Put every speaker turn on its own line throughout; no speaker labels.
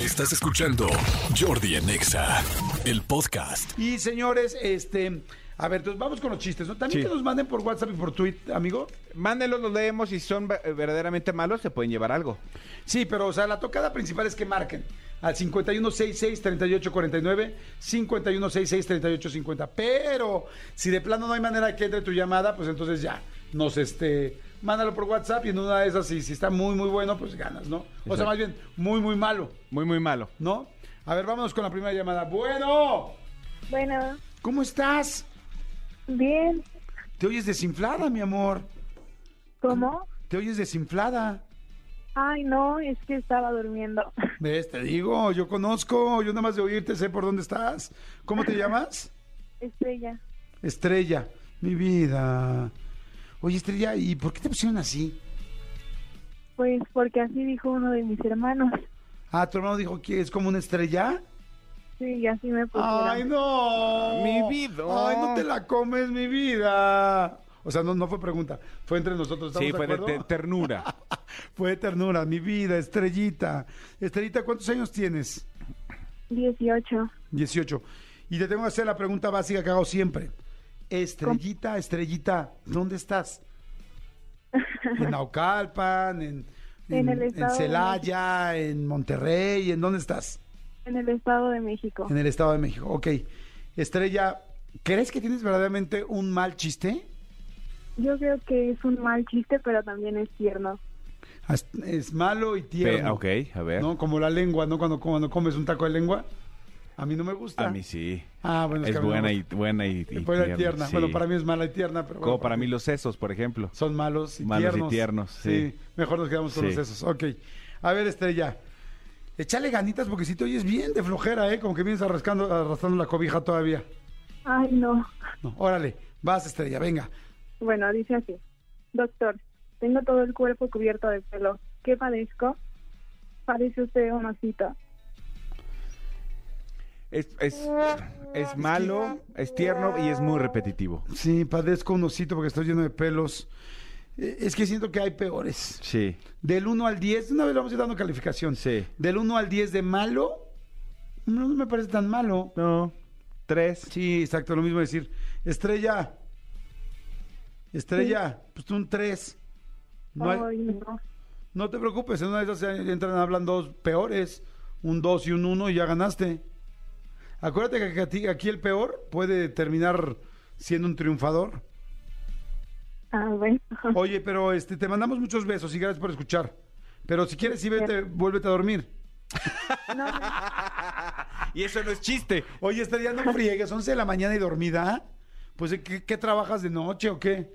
Estás escuchando Jordi en Exa, el podcast.
Y señores, este. A ver, entonces vamos con los chistes, ¿no? También
Sí.
que nos manden por WhatsApp y por tweet, amigo.
Mándenlos, los leemos. Si son va- verdaderamente malos, se pueden llevar algo.
Sí, pero, o sea, la tocada principal es que marquen al 5166-3849, 5166-3850. Pero si de plano no hay manera que entre tu llamada, pues entonces ya, nos este. Mándalo por WhatsApp y en una de esas, si, si está muy, muy bueno, pues ganas, ¿no? O sea,
Exacto.
más bien, muy, muy malo,
Muy, muy malo.
¿no? A ver, vámonos con la primera llamada. Bueno,
Bueno,
¿cómo estás?
bien.
Te oyes desinflada, mi amor.
¿Cómo?
Te oyes desinflada.
Ay, no, es que estaba durmiendo.
¿Ves? Te digo, yo conozco, yo nada más de oírte sé por dónde estás. ¿Cómo te llamas?
Estrella.
Estrella, mi vida. Oye, Estrella, ¿y por qué te pusieron así?
Pues porque así dijo uno de mis hermanos.
Ah, tu hermano dijo que es como una estrella.
Sí, y así me pusieron.
¡Ay, no!
Mi vida.
¡Ay, no te la comes, mi vida! O sea, no, no fue pregunta, fue entre nosotros. ¿estamos
Sí,
de
fue de,
acuerdo?
de ternura.
Fue de ternura, mi vida, estrellita. Estrellita, ¿cuántos años tienes?
18.
18. Y te tengo que hacer la pregunta básica que hago siempre. Estrellita, estrellita, ¿dónde estás? ¿En Naucalpan? ¿En,
En el Estado de
Celaya? ¿En Monterrey? ¿En dónde estás?
En el Estado de México.
En el Estado de México. Ok. Estrella, ¿crees que tienes verdaderamente un mal chiste?
Yo creo que es un mal chiste, pero también es tierno.
As- Es malo y
Pe-
tierno.
ok, a ver.
¿No? Como la lengua, ¿no? Cuando, cuando comes un taco de lengua. A mí no me gusta.
A mí sí.
Ah, bueno, es
es
que a mí no me
buena y, buena y, y
Buena y tierna.
sí.
Bueno, para mí es mala y tierna, pero bueno,
Como para mí los sesos, por ejemplo.
Son malos y
Malos y
tiernos.
tiernos, sí.
mejor nos quedamos con
Sí.
los esos. Ok. A ver, Estrella. Échale ganitas porque si te oyes bien de flojera, ¿eh? Como que vienes arrascando, arrastrando la cobija todavía.
Ay, no.
No, órale, vas, Estrella, venga.
Bueno, dice así. Doctor, tengo todo el cuerpo cubierto de pelo. ¿Qué padezco? Parece usted un osito.
Es, es, es malo, es tierno y es muy repetitivo.
Sí, padezco un osito porque estoy lleno de pelos. Eh, Es que siento que hay peores.
Sí.
Del 1 al 10, de una vez le vamos a ir dando calificación.
Sí.
Del 1 al 10 de malo, no me parece tan malo.
No. Tres.
Sí, exacto, lo mismo decir. Estrella. Estrella, pues tú un 3. No, hay-
Ay, no.
no te preocupes, en una de esas se entran, hablan dos peores. Un 2 y un 1 y ya ganaste. Acuérdate que aquí, aquí el peor puede terminar siendo un triunfador.
Ah, bueno.
Oye, pero este, te mandamos muchos besos y gracias por escuchar. Pero si quieres, sí, vete, vuélvete a dormir.
No, no.
Y eso no es chiste.
Oye, Estrella, no friegues, 11 de la mañana y dormida. Pues, ¿qué, qué trabajas de noche o qué?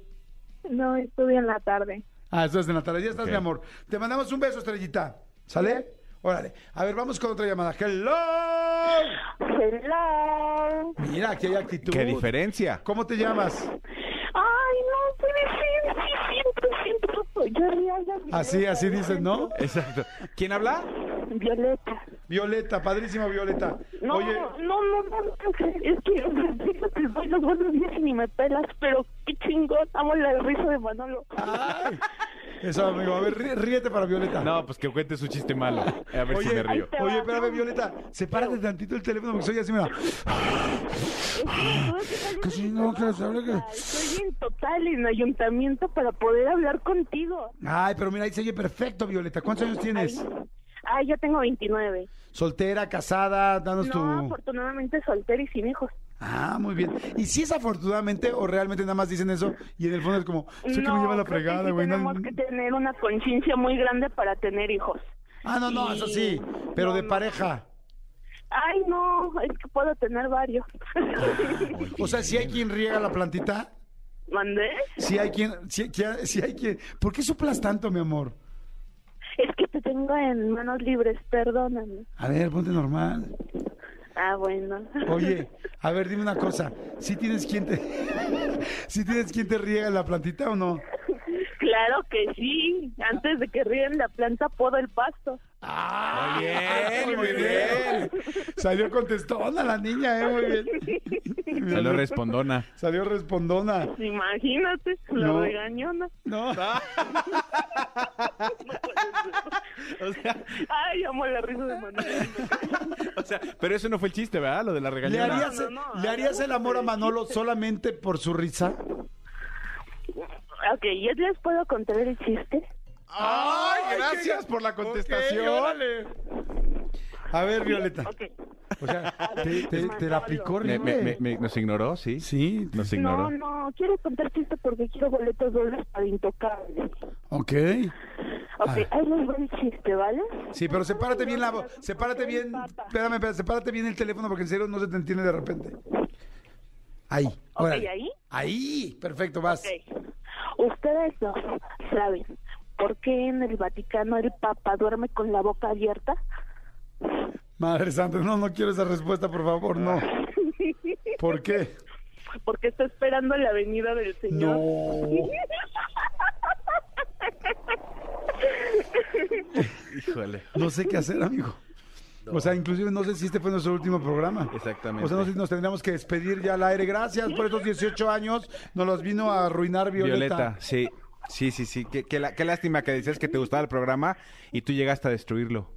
No, estudio en la tarde.
Ah, estás en la tarde. Ya estás,
Ok.
mi amor. Te mandamos un beso, estrellita. ¿Sale? Órale. A ver, vamos con otra llamada. ¡Hello!
Hello.
Mira, aquí hay actitud.
¿Qué diferencia?
¿Cómo te llamas?
Ay, no puede ser. Sí, siento, siento. Yo río, yo río.
Así, así dicen, ¿no?
Exacto. ¿Quién habla?
Violeta.
Violeta, padrísima Violeta.
No,
Oye,
no, no, no, no, es que o sea, fíjate, doy los buenos días y ni me pelas, pero qué chingón, amo la risa de Manolo.
ay. Eso, amigo. A ver, rí- ríete para Violeta.
No, pues que cuente su chiste malo. A ver
Oye,
si me río.
oye, espérame, Violeta, sepárate tantito el teléfono porque soy así, mira. Que si no, Ah, que se hable que-
Estoy en total en ayuntamiento para poder hablar contigo.
Ay, pero mira, ahí se oye perfecto, Violeta. ¿Cuántos años tienes?
Ah, yo tengo 29.
¿Soltera, casada? Danos tu...
No, afortunadamente soltera y sin hijos.
Ah, muy bien. ¿Y si es afortunadamente o realmente nada más dicen eso y en el fondo es como, sé que
no,
me lleva la
creo que
fregada,
sí
güey? no-
tenemos que tener una conciencia muy grande para tener hijos.
Ah, no, no, eso sí, pero de pareja.
Ay, no, es que puedo tener varios.
O sea, si hay quien riega la plantita,
¿Mandé?
si hay quien, si, si hay quien... ¿Por qué soplas tanto, mi amor?
Es que te tengo en manos libres, perdóname.
A ver, ponte normal.
Ah, bueno.
Oye, a ver, dime una cosa. ¿Sí tienes quien te, ¿sí tienes quien te riega la plantita o no?
Claro que sí. Antes de que ríen la planta, podo el pasto.
¡Ah!
Muy bien, muy
Salió contestona la niña, ¿eh? Muy bien.
Se lo respondona.
Salió respondona.
Imagínate, la
No.
regañona.
No.
O sea,
Ay, amo la risa de Manuel.
o sea, pero eso no fue el chiste, ¿verdad? Lo de la
¿Le
regañona.
harías,
No, no, no,
¿Le harías el amor a Manolo solamente por su risa?
Ok, ¿ya les puedo contar el chiste?
¡Ay, gracias por la contestación!
Ok, órale. A ver, Violeta.
Ok.
O sea, te, te- te la picó
Me- me-
horrible.
me- me- ¿Nos ignoró? Sí.
Sí.
Nos
No,
ignoró.
no, quiero contar chiste porque quiero boletos dobles para Intocable.
Ok.
Ok,
Ah.
ahí les va el chiste, ¿vale?
Sí, pero sepárate bien la voz. Sepárate bien. Espérame, espérame, sepárate bien el teléfono porque en serio no se te entiende de repente. Ahí. órale.
¿ahí?
Ahí. Perfecto, vas.
Ok. Ustedes dos saben por qué en el Vaticano el Papa duerme con la boca abierta.
Madre santa, no, no quiero esa respuesta, por favor, no. ¿Por qué?
Porque está esperando la venida del Señor.
No.
Híjole.
No sé qué hacer, amigo. O sea, inclusive no sé si este fue nuestro último programa.
Exactamente.
O sea, no sé si nos tendríamos que despedir ya al aire. Gracias por estos 18 años. Nos los vino a arruinar Violeta.
Violeta, sí. Sí, sí, sí. Qué, qué la- qué lástima que decías que te gustaba el programa y tú llegaste a destruirlo.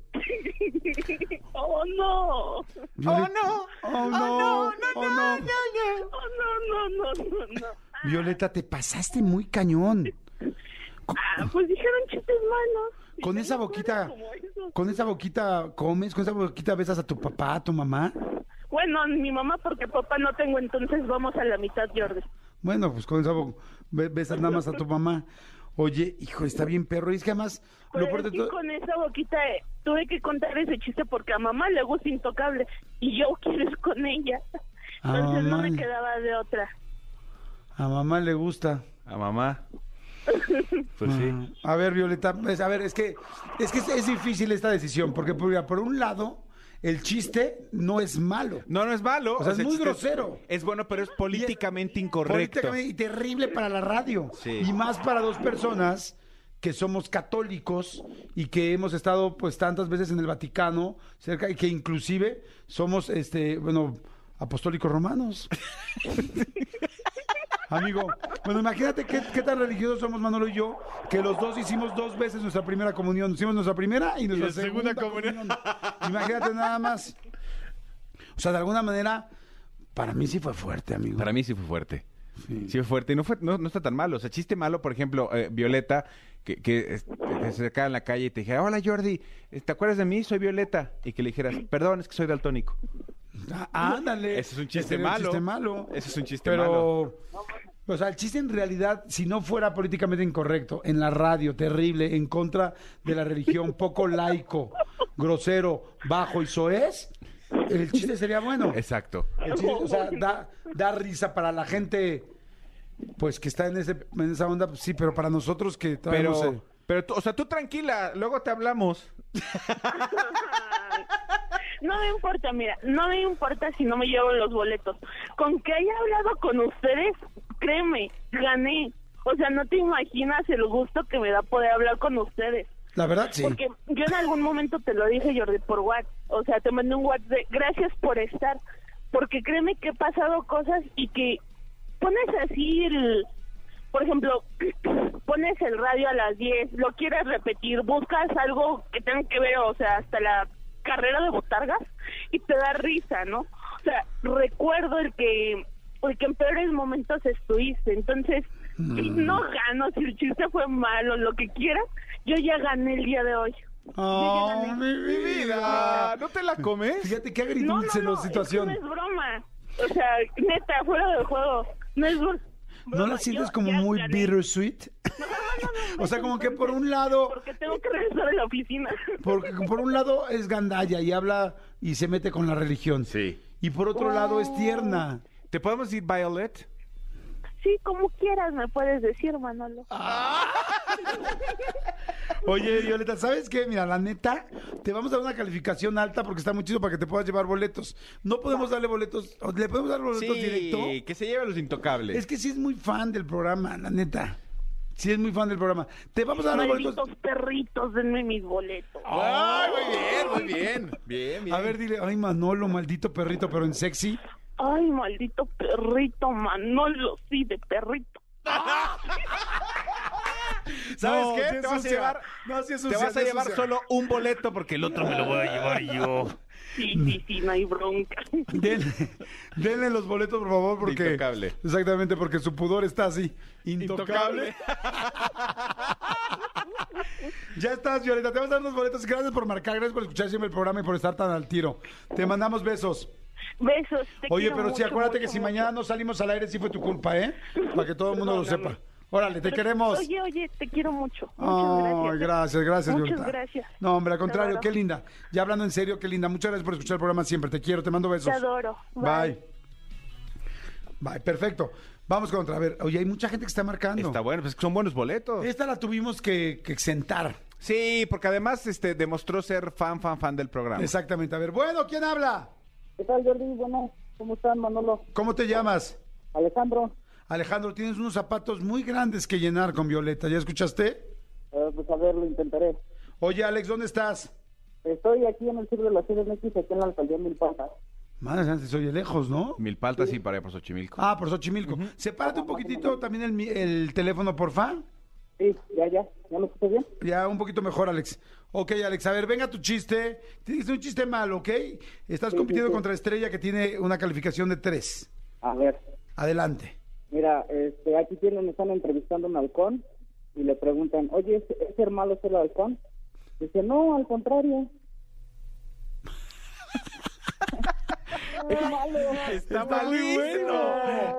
¡Oh, no!
Viole- Oh, no. Oh, no.
¡Oh, no, no, no, no, no!
Violeta, te pasaste muy cañón.
Ah, pues dijeron chistes malos.
Con
Ya
esa
no fueron
boquita,
como esos.
con esa boquita comes, con esa boquita besas a tu papá, a tu mamá.
Bueno, mi mamá porque papá no tengo, entonces vamos a la mitad, Jordi.
Bueno, pues con esa bo- be- besas nada más a tu mamá. Oye, hijo, está bien perro. Y es que además,
Pero
peor
es
de
que
todo-
Pues, con esa boquita eh, tuve que contar ese chiste porque a mamá le gusta intocable y yo quiero ir con ella.
A
Entonces no
mamá.
me quedaba de otra.
a mamá le gusta.
A mamá. Pues sí.
A ver, Violeta, pues, a ver, es que es que es, es difícil esta decisión, porque por, mira, por un lado, el chiste no es malo.
No, no es malo.
O sea, es muy
chiste
grosero.
Es bueno, pero es políticamente incorrecto.
Políticamente Y terrible para la radio.
Sí.
Y más para dos personas que somos católicos y que hemos estado pues tantas veces en el Vaticano, cerca, y que inclusive somos este, bueno, apostólicos romanos. Amigo, bueno, imagínate qué, qué tan religiosos somos Manolo y yo, que los dos hicimos dos veces nuestra primera comunión. Hicimos nuestra primera y nuestra
la
segunda,
segunda
comunión.
comunión.
Imagínate nada más. O sea, de alguna manera, para mí sí fue fuerte, amigo.
Para mí sí fue fuerte. Sí, fue fuerte. Y no, fue, no, no está tan malo. O sea, chiste malo, por ejemplo, eh, Violeta, que, que es- te acercara en la calle y te dijera, hola Jordi, eh, ¿te acuerdas de mí? Soy Violeta. Y que le dijeras, perdón, es que soy daltónico.
Ah, ándale.
Ese es un chiste
era
malo.
chiste malo.
Ese es un chiste
Pero,
malo.
O sea, el chiste en realidad, si no fuera políticamente incorrecto, en la radio, terrible, en contra de la religión, poco laico, grosero, bajo y soez, el chiste sería bueno.
Exacto.
El chiste, o sea, da, da risa para la gente, pues que está en, ese, en esa onda, pues, sí, pero para nosotros que eh, todavía
Pero,
no sé.
pero tú- o sea, tú tranquila, luego te hablamos.
No me importa, mira, no me importa si no me llevo los boletos. Con que haya hablado con ustedes, créeme, gané. O sea, no te imaginas el gusto que me da poder hablar con ustedes.
La verdad, sí.
Porque yo en algún momento te lo dije, Jordi, por WhatsApp. O sea, te mandé un WhatsApp de gracias por estar. Porque créeme que he pasado cosas y que pones así el. Por ejemplo, pones el radio a las 10, lo quieres repetir, buscas algo que tenga que ver, o sea, hasta la carrera de botargas y te da risa, ¿no? O sea, recuerdo el que, el que en peores momentos estuviste. Entonces,
Mm.
no gano, si el chiste fue malo, lo que quieras, yo ya gané el día de hoy.
Oh, mi vida.
¿No te la comes?
Fíjate qué
No, no,
agridulce
no,
la
es que
situación.
no es broma. O sea, neta, fuera de juego. No es bro- broma.
¿No la sientes
yo
como
ya
muy
gané.
bittersweet? O sea, como que por un lado,
Porque tengo que regresar a la oficina.
porque por un lado es gandalla y habla y se mete con la religión.
Sí.
Y por otro lado es tierna.
¿Te podemos decir Violet?
Ah,
Sí, como quieras me puedes decir, Manolo.
Oye, Violeta, ¿sabes qué? Mira, la neta, te vamos a dar una calificación alta porque está muy chido para que te puedas llevar boletos. No podemos darle boletos, o le podemos dar boletos directo.
Sí, que se lleve a los intocables.
Es que sí es muy fan del programa, la neta. Sí es muy fan del programa. Te vamos a dar los
Malditos
boletos.
perritos, denme mis boletos.
¡Ay, muy bien, muy bien! Bien, bien.
A ver, dile, ay Manolo, maldito perrito, pero en sexy.
Ay, maldito perrito, Manolo, sí, de perrito.
¿sabes
No,
qué?
sí
Te
es
vas a
sucia.
llevar,
No, sí es
te
sucia,
vas
sí
a
es
llevar
sucia.
solo un boleto porque el otro me lo voy a llevar yo.
Sí,
Mm.
sí, sí, no hay bronca.
Denle, denle los boletos, por favor, porque.
Intocable.
Exactamente, porque su pudor está así. Intocable. ya estás, Violeta. Te vamos a dar los boletos. Gracias por marcar, gracias por escuchar siempre el programa y por estar tan al tiro. Te mandamos besos.
Besos. te
Oye,
quiero
pero sí,
mucho,
acuérdate que
mucho,
si
mucho.
mañana no salimos al aire, sí fue tu culpa, ¿eh? Para que todo el mundo lo
Perdóname.
sepa. Órale, te queremos.
Oye, oye, te quiero mucho. Muchas
Ay,
gracias. ¿eh?
gracias, gracias,
Muchas
Violeta.
gracias.
No, hombre, al
Te
contrario,
adoro.
qué linda. Ya hablando en serio, qué linda. Muchas gracias por escuchar el programa siempre. Te quiero, te mando besos.
Te adoro. Bye.
Bye. Bye, perfecto. Vamos contra. A ver, oye, hay mucha gente que está marcando.
Está bueno, pues son buenos boletos.
Esta la tuvimos que, que sentar.
Sí, porque además este, demostró ser fan, fan, fan del programa.
Exactamente. A ver, bueno, ¿quién habla?
¿Qué tal, Jordi? Bueno, ¿cómo están, Manolo?
¿Cómo te llamas?
Alejandro,
Alejandro, tienes unos zapatos muy grandes que llenar con Violeta. ¿Ya escuchaste?
eh, pues a ver, lo intentaré.
Oye, Alex, ¿dónde estás?
Estoy aquí en el sur de la Ciudad de México, aquí en la alcaldía de Milpaltas.
Madre santa, soy de lejos, ¿no?
Mil paltas y para allá por Xochimilco.
Ah, por Xochimilco. Sepárate un poquitito también el, mi- el teléfono, porfa.
Sí, ya, ya, ¿ya me escuchas bien?
Ya, un poquito mejor, Alex. Ok, Alex, a ver, venga tu chiste. Tienes un chiste malo, ¿ok? Estás compitiendo
sí.
contra Estrella que tiene una calificación de 3.
A ver,
Adelante.
mira, este, aquí tienen, están entrevistando a un halcón y le preguntan, oye, ¿es, es ser malo ser halcón? Dice, no, al contrario. es malo.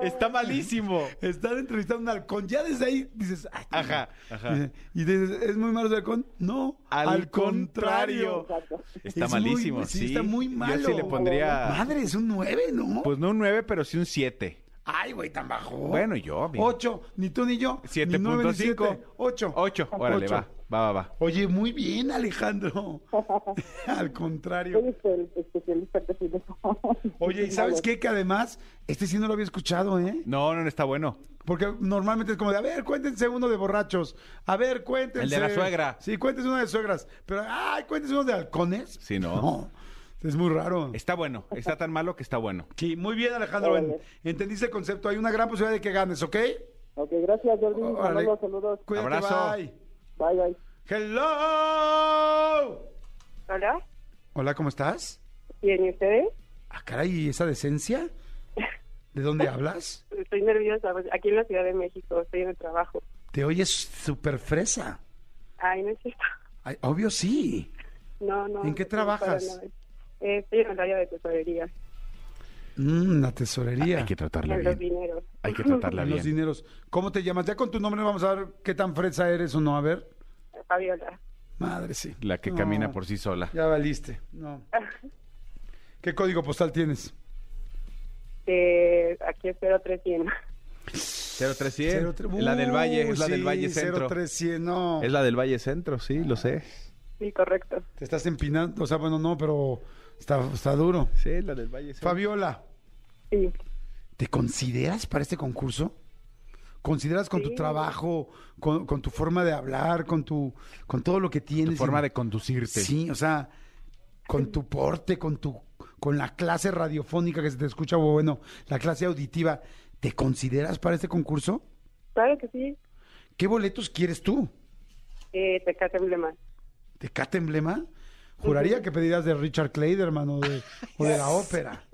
Está, Está malísimo.
Están entrevistando a un halcón. Ya desde ahí dices, ay,
Ajá, ajá.
dice- Y dices, ¿es muy malo ser halcón? No,
Al
al,
contrario.
contrario.
Exacto.
Está
Es muy-
malísimo,
sí,
sí.
está muy
Yo sí le
malo. Oh,
pondría,
Madre, es un 9, ¿no?
pues no un 9, pero sí un 7.
ay, güey, tan bajo.
Bueno, yo, mira.
8, ni tú ni yo. ni nueve, ni
7.5.
siete. Ocho.
8, órale,
Ocho.
va, va, va, va.
Oye, muy bien, Alejandro. Al contrario.
Soy este, el especialista que sí de eso.
Oye, ¿y sabes qué? Que además, este sí no lo había escuchado, ¿eh?
No, no, no está bueno.
Porque normalmente es como de, a ver, cuéntense uno de borrachos. A ver, cuéntense.
El de la suegra.
Sí, cuéntense uno de suegras. Pero, ay, cuéntense uno de halcones.
Sí, no.
No, es muy raro.
Está bueno, está tan malo que está bueno.
Sí, muy bien, Alejandro. en- entendiste el concepto. Hay una gran posibilidad de que ganes, ¿ok?
Ok, gracias, Jordi.
Órale.
Manolo, saludos.
Cuídate,
Abrazo.
bye.
Bye, bye.
Hello.
Hola,
Hola, ¿cómo estás?
¿bien y ustedes?
Ah, caray, ¿y esa decencia? ¿De dónde hablas?
Estoy nerviosa, pues, aquí en la Ciudad de México, estoy en el trabajo.
Te oyes súper fresa.
Ay, no es cierto.
Ay, obvio sí.
No, no.
¿En qué
no, para
trabajas?
nada. Eh, estoy en el área de tesorería,
Mm, la tesorería.
Hay que tratarla
en los
bien.
dineros.
Hay que tratarla
los
bien.
dineros. ¿Cómo te llamas? Ya con tu nombre vamos a ver qué tan fresa eres o no. A ver.
Fabiola.
Madre, sí.
La que
No,
camina por sí sola.
Ya valiste. No. ¿Qué código postal tienes?
Eh, aquí es 0300.
0300.
Cero tre-
eh. La del Valle, es la
Uy,
del Valle
sí,
Centro.
03100, no. Ah.
Es la del Valle Centro, sí, lo sé.
Sí, correcto.
Te estás empinando. O sea, bueno, no, pero está, está duro.
Sí, la del Valle Centro.
Fabiola,
Sí,
¿te consideras para este concurso? ¿Consideras con tu
Sí.
trabajo, con, con tu forma de hablar, con tu con todo lo que tienes?
Tu forma de conducirte.
Sí, o sea, con tu porte, con tu con la clase radiofónica que se te escucha, o bueno, la clase auditiva, ¿te consideras para este concurso?
claro que sí.
¿Qué boletos quieres tú?
Eh, Tecate Emblema.
¿De Cata Emblema? Juraría que pedirías de Richard Clayderman o de, o de la ópera.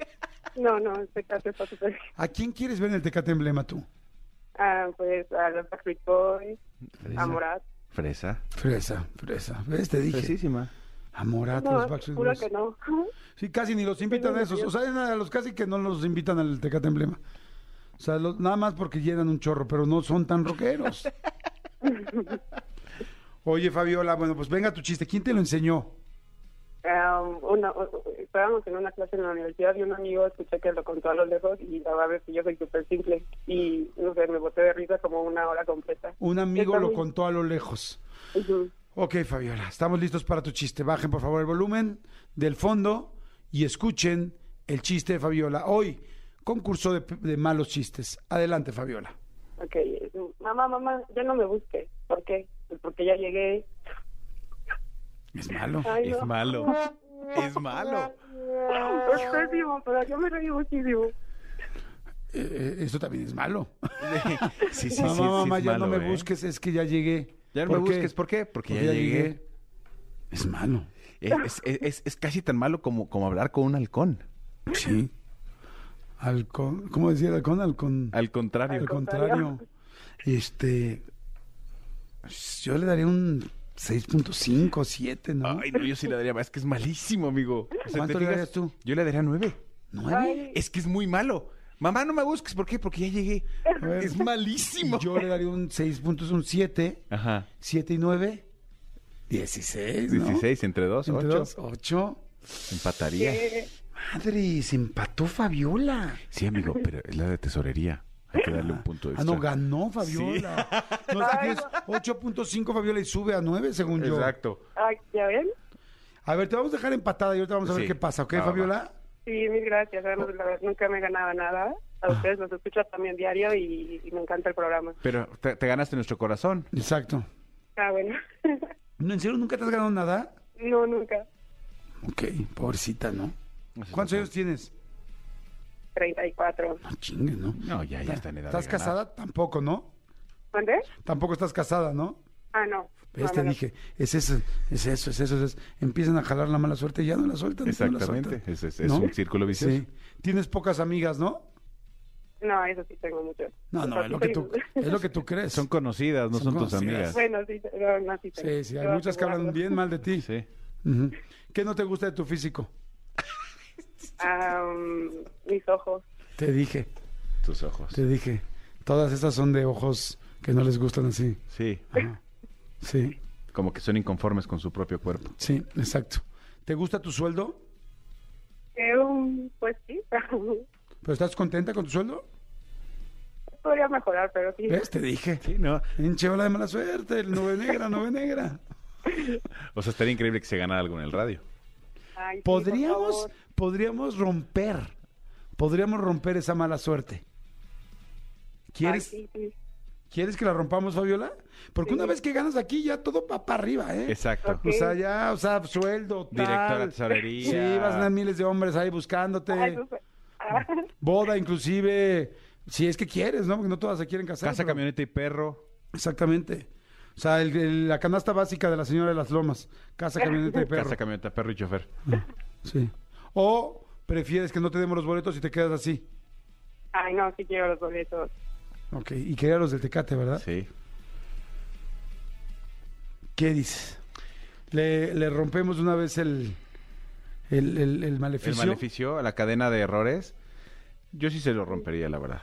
No, no, Tecate está súper bien.
¿A quién quieres ver en el Tecate Emblema tú?
Ah, pues a los Backstreet Boys, a Morat.
Fresa.
Fresa, fresa. ¿Ves? Te dije.
Fresísima.
A Morat,
No,
ah, los Backstreet
juro
Boys.
que no.
Sí, casi ni los invitan a esos. O sea, a los casi que no los invitan al Tecate Emblema. O sea, los- nada más porque llenan un chorro, pero no son tan rockeros. Oye, Fabiola, bueno, pues venga tu chiste. ¿Quién te lo enseñó?
Ah, una, estábamos en una clase en la universidad y un amigo escuché que lo contó a lo lejos y la verdad es que yo soy súper simple y no sé, me boté de risa como una hora completa.
Un amigo
Está
lo
muy-
contó a lo lejos.
Ujú.
Ok, Fabiola, estamos listos para tu chiste. Bajen, por favor, el volumen del fondo y escuchen el chiste de Fabiola. Hoy, concurso de, de malos chistes. Adelante, Fabiola.
Ok, mamá, mamá, ya no me busques. ¿Por qué? Pues porque ya llegué.
Es malo.
Ay,
Es
no.
malo. Es malo.
Es pésimo, pues, pero yo me reí muchísimo.
Eh, eh, eso también es malo.
Sí, sí, sí.
mamá,
sí, es
mamá, ya no
malo,
me
¿eh?
busques, es que ya llegué.
Ya no me busques, ¿por qué? Porque ya llegué.
Es malo.
Es, es- es- es casi tan malo como, como hablar con un halcón.
Sí. Halcón, ¿cómo decía el halcón? Halcón.
Al contrario.
Al contrario. Este. Yo le daría un 6.5, 7, ¿no?
Ay, no, yo sí le daría más. Es que es malísimo, amigo. O sea,
¿Cuánto
¿te
le
fijas?
darías tú?
Yo le daría nueve.
¿Nueve?
Es que es muy malo. Mamá, no me busques. ¿Por qué? Porque ya llegué.
A ver,
Es malísimo.
Yo le daría un 6 puntos, un 7.
Ajá.
7 y 9. 16. ¿no?
16 entre 2,
Entre
8.
dos, ocho.
Empataría.
Madre, se empató Fabiola.
Sí, amigo, pero es la de tesorería. Hay que darle un punto
Ah,
extra.
no, ganó Fabiola. No, es que tienes 8.5 Fabiola y sube a 9, según yo.
Exacto.
Ay, Ah, ¿ya ven?
A ver, te vamos a dejar empatada y ahorita vamos a ver
Sí.
qué pasa, ¿ok,
Va, va, va.
Fabiola?
Sí, mil gracias. La verdad, nunca me ganaba nada.
Ah.
A ustedes los escucho también diario y, y me encanta el programa.
Pero te, te ganaste nuestro corazón.
Exacto.
Ah, bueno.
¿No, ¿En serio nunca te has ganado nada?
no, nunca.
Ok, pobrecita, ¿no? ¿Cuántos años tienes?
34.
No chingues, ¿no?
No, ya, ya está en edad. de
¿Estás
ganar.
casada? Tampoco, ¿no?
¿Dónde?
Tampoco estás casada, ¿no?
Ah, no.
Ves,
No,
Pues te
no, no.
dije, es eso, es eso, es eso, es eso. Empiezan a jalar la mala suerte y ya no la sueltan. no la
Exactamente,
sueltan.
es- es- es un círculo vicioso.
Sí. Tienes pocas amigas, ¿no?
No, eso sí tengo mucho.
No, no, es lo que tú, es lo que tú crees.
Son conocidas, no
Son
son, tus
conocidas.
amigas.
Bueno, sí, no, no, sí tengo.
Sí, sí, hay
Yo
muchas que hablan
asegurarlo.
bien mal de ti.
Sí.
Ujú. ¿Qué no te gusta de tu físico?
Ah, um, mis ojos.
Te dije,
Tus ojos.
te dije. Todas esas son de ojos que no les gustan así.
Sí.
Ajá. Sí,
Como que son inconformes con su propio cuerpo.
sí, exacto. ¿Te gusta tu sueldo?
Eh, um, pues sí,
¿Pero estás contenta con tu sueldo?
podría mejorar, pero sí.
¿Ves? Te dije.
Sí, no.
Hinche ola de mala suerte, el nube negra, nube negra.
O sea, estaría increíble que se ganara algo en el radio.
Ay, sí, por
Podríamos,
favor.
podríamos romper, podríamos romper esa mala suerte. ¿Quieres,
Ay, sí, sí.
¿Quieres que la rompamos, Fabiola? Porque una vez que ganas aquí, ya todo va para arriba, ¿eh?
Exacto.
Ok.
O sea, ya, o sea, sueldo, tal.
Directora de tesorería.
Sí, vas a tener miles de hombres ahí buscándote.
Ay, no sé. Ah,
Boda, inclusive, si es que quieres, ¿no? Porque no todas se quieren casar.
Casa,
pero-
camioneta y perro.
Exactamente. O sea, el- el- la canasta básica de la señora de las lomas. Casa, camioneta y perro.
Casa, camioneta, perro y chofer.
Sí. O prefieres que no te demos los boletos y te quedas así.
Ay, no, sí quiero los boletos.
Ok, y quería los del Tecate, ¿verdad?
Sí.
¿Qué dices? Le, le rompemos de una vez el, el, el- el maleficio.
El maleficio, la cadena de errores. Yo sí se lo rompería, la verdad.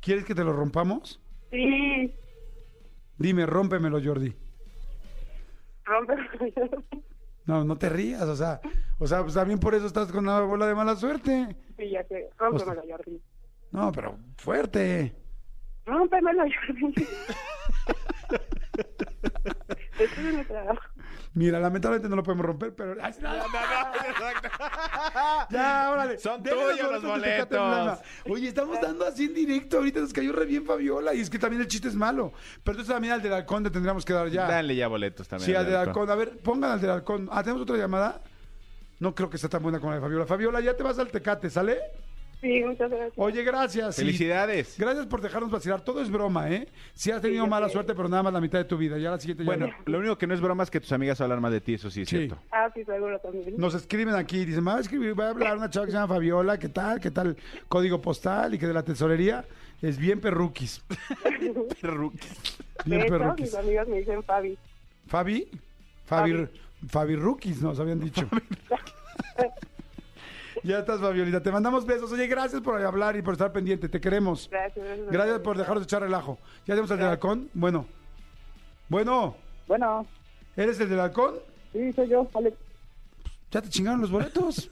¿Quieres que te lo rompamos?
Sí,
Dime, rómpemelo, Jordi.
rompe.
No, no te rías, o sea, o sea, pues también por eso estás con una bola de mala suerte.
Sí, ya sé. Rómpemelo,
Pues
Jordi.
No, pero fuerte.
Rómpemelo, Jordi. Estoy en el trabajo.
Mira, lamentablemente no lo podemos romper, pero. ¡Ay, no! Ya, órale.
Son
Denle
tuyos los
de Tecate
boletos.
Blanda. Oye, estamos dando así en directo. Ahorita nos cayó re bien Fabiola. Y es que también el chiste es malo. Pero entonces también al del halcón le tendríamos que dar ya.
Dale ya boletos también.
Sí, al del
Alberto.
halcón. A ver, pongan al del halcón. Ah, ¿tenemos otra llamada? No creo que sea tan buena como la de Fabiola. Fabiola, ya te vas al Tecate, ¿sale?
Sí, muchas gracias.
Oye, gracias. Y
Felicidades.
Gracias por dejarnos vacilar. Todo es broma, ¿eh? Si has tenido
Sí, ya
mala
sé.
suerte, pero nada más la mitad de tu vida. Ya la siguiente ya
Bueno,
no.
lo único que no es broma es que tus amigas hablan más de ti, eso sí es
Sí.
cierto.
Ah, sí, seguro también.
Nos escriben aquí, dicen, me va a escribir, va a hablar una chava que se llama Fabiola, ¿qué tal? ¿Qué tal? Código postal y que de la tesorería es bien perruquis.
De
Bien
hecho, mis
perruquis.
amigos me dicen Fabi.
Fabi, Fabi, Fabi Rukis nos habían dicho. ya estás, Fabiolita. Te mandamos besos. Oye, gracias por hablar y por estar pendiente. Te queremos.
Gracias. Gracias,
Gracias por dejarnos echar relajo. ¿Ya tenemos al del halcón? Bueno. Bueno,
Bueno,
¿eres el del halcón?
sí, soy yo, Alex.
Ya te chingaron los boletos.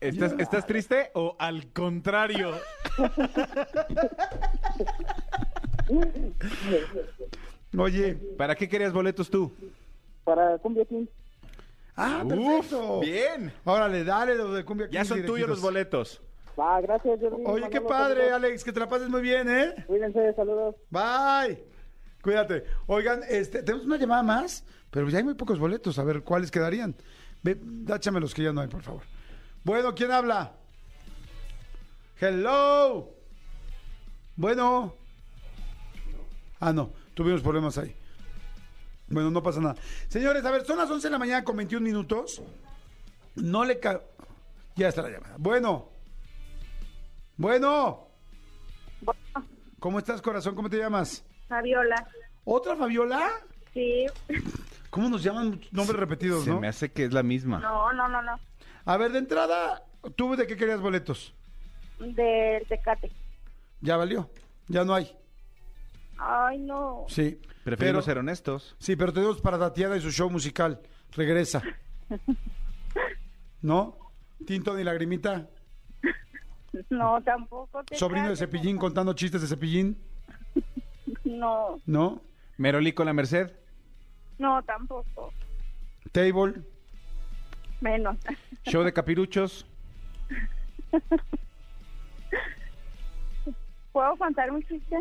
¿Estás, ¿Estás triste o al contrario?
Oye,
¿Para qué querías boletos tú?
para Cumbia King.
Ah,
Uf,
perfecto.
bien.
Órale, dale los de Cumbia
Ya
Kings
son tuyos los
directitos.
boletos.
Va, gracias, Jordi.
Oye, qué
Manolo,
padre,
saludos.
Alex, que te la pases muy bien, ¿eh?
Cuídense, saludos.
Bye. Cuídate. Oigan, este, tenemos una llamada más, pero ya hay muy pocos boletos. A ver, ¿cuáles quedarían? Ve, dáchame los que ya no hay, por favor. Bueno, ¿quién habla? Hello. Bueno. Ah, no, tuvimos problemas ahí. Bueno, no pasa nada. Señores, a ver, son las 11 de la mañana con 21 minutos. No le ca... Ya está la llamada. Bueno. Bueno. ¿Cómo estás, corazón? ¿Cómo te llamas?
Fabiola.
¿Otra Fabiola?
Sí.
¿Cómo nos llaman muchos nombres repetidos,
Se
no?
me hace que es la misma.
No, no, no, no.
A ver, de entrada, ¿tú de qué querías boletos?
Del Tecate.
Ya valió. Ya no hay.
Ay, no.
Sí.
Preferimos
pero-
ser honestos.
Sí, pero tenemos para Tatiana y su show musical. Regresa. ¿No? Tinto ni lagrimita.
No, tampoco. Tecate.
Sobrino de Cepillín contando chistes de Cepillín.
No,
¿No?
Merolí con la Merced.
no, tampoco.
Table.
Menos.
Show de capiruchos.
¿Puedo contar un chiste?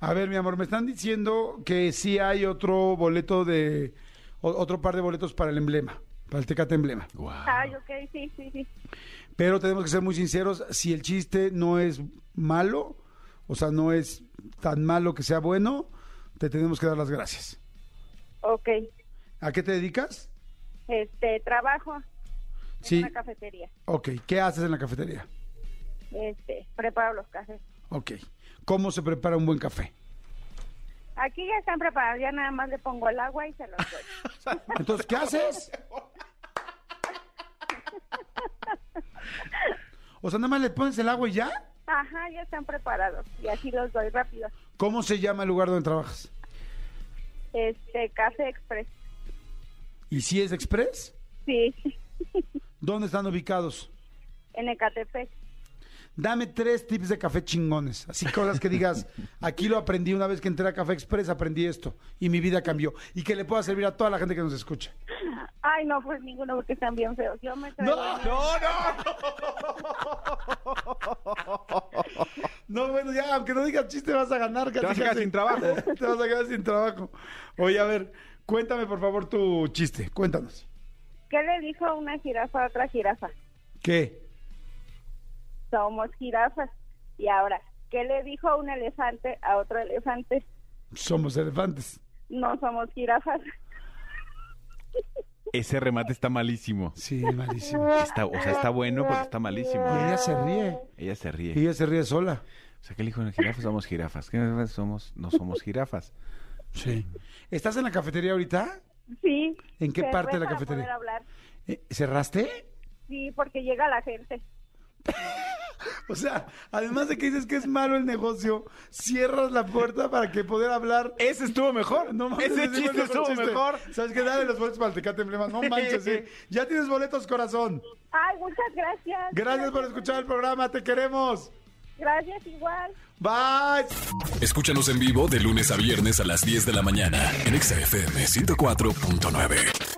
A ver, mi amor, me están diciendo que sí hay otro boleto de... o- Otro par de boletos para el emblema. Para el Tecate Emblema. Ah.
Ay, Ah, ok, sí, sí, sí.
Pero tenemos que ser muy sinceros, si el chiste no es malo, o sea, no es tan malo que sea bueno, te tenemos que dar las gracias.
Ok.
¿A qué te dedicas?
Este, trabajo en
Sí.
una cafetería.
Ok, ¿qué haces en la cafetería?
Este, preparo los cafés.
Ok. ¿Cómo se prepara un buen café?
Aquí ya están preparados, ya nada más le pongo el agua y se los doy.
Entonces, ¿qué haces? O sea, nada más le pones el agua y ya.
Ajá, ya están preparados y así los doy rápido.
¿Cómo se llama el lugar donde trabajas?
Este, Café Express.
¿Y si es Express?
Sí,
¿Dónde están ubicados?
en Ecatepec.
Dame tres tips de café chingones. Así cosas que digas, aquí lo aprendí una vez que entré a Café Express, aprendí esto y mi vida cambió. Y que le pueda servir a toda la gente que nos escucha.
Ay, no, pues ninguno porque están bien feos. Yo me traigo
¡No!
el-
¡No, no! No, bueno, ya, aunque no digas chiste, vas a ganar. Te
vas a quedar sin trabajo.
Te vas a quedar sin trabajo. Oye, a ver, cuéntame por favor tu chiste. Cuéntanos.
¿Qué le dijo una jirafa a otra jirafa?
¿Qué?
Somos jirafas. Y ahora, ¿qué le dijo un elefante a otro elefante?
Somos elefantes.
No somos jirafas.
Ese remate está malísimo.
Sí, malísimo.
Está, o sea, está bueno porque está malísimo.
Y ella se ríe.
Ella se
Y
ríe.
ella se ríe sola.
O sea, ¿qué le dijo una jirafa? Somos jirafas. ¿Qué somos? No somos jirafas.
Sí. ¿Estás en la cafetería ahorita?
Sí.
¿En qué
Se
parte de la
reza
cafetería?
poder hablar.
Eh, ¿Cerraste?
Sí, porque llega la gente.
O sea, además de que dices que es malo el negocio, cierras la puerta para que poder hablar.
Ese estuvo mejor.
No mames,
Ese
fue el
chiste estuvo
chiste.
mejor.
¿Sabes qué? Dale los boletos para el Tecate Emblema. No manches, sí. Ya tienes boletos, corazón.
Ay, muchas gracias.
Gracias por escuchar el programa. Te queremos.
Gracias igual.
Bye.
Escúchanos en vivo de lunes a viernes a las 10 de la mañana en Exa FM 104.9.